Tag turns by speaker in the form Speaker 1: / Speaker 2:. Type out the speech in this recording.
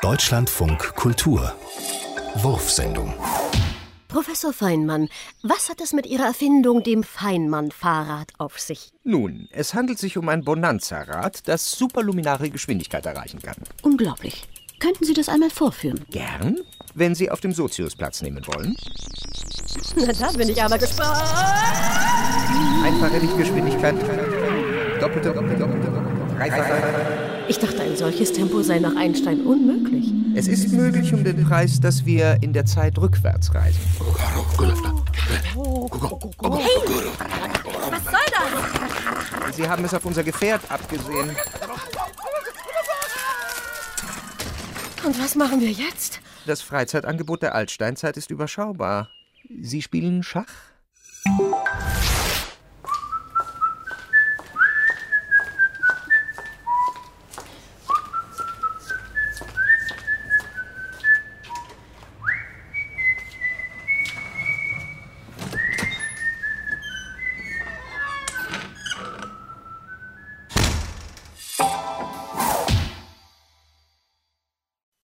Speaker 1: Deutschlandfunk Kultur. Wurfsendung.
Speaker 2: Professor Feinmann, was hat es mit Ihrer Erfindung, dem Feinmann-Fahrrad, auf sich?
Speaker 3: Nun, es handelt sich um ein Bonanza-Rad, das superluminare Geschwindigkeit erreichen kann.
Speaker 2: Unglaublich. Könnten Sie das einmal vorführen?
Speaker 3: Gern, wenn Sie auf dem Sozius Platz nehmen wollen.
Speaker 2: Na, da bin ich aber gespannt.
Speaker 3: Einfache Lichtgeschwindigkeit. Doppelte, doppelte, doppelte, doppelte. Dreifache.
Speaker 2: Ich dachte, ein solches Tempo sei nach Einstein unmöglich.
Speaker 3: Es ist möglich um den Preis, dass wir in der Zeit rückwärts reisen.
Speaker 4: Was soll das?
Speaker 3: Sie haben es auf unser Gefährt abgesehen.
Speaker 2: Und was machen wir jetzt?
Speaker 3: Das Freizeitangebot der Altsteinzeit ist überschaubar. Sie spielen Schach?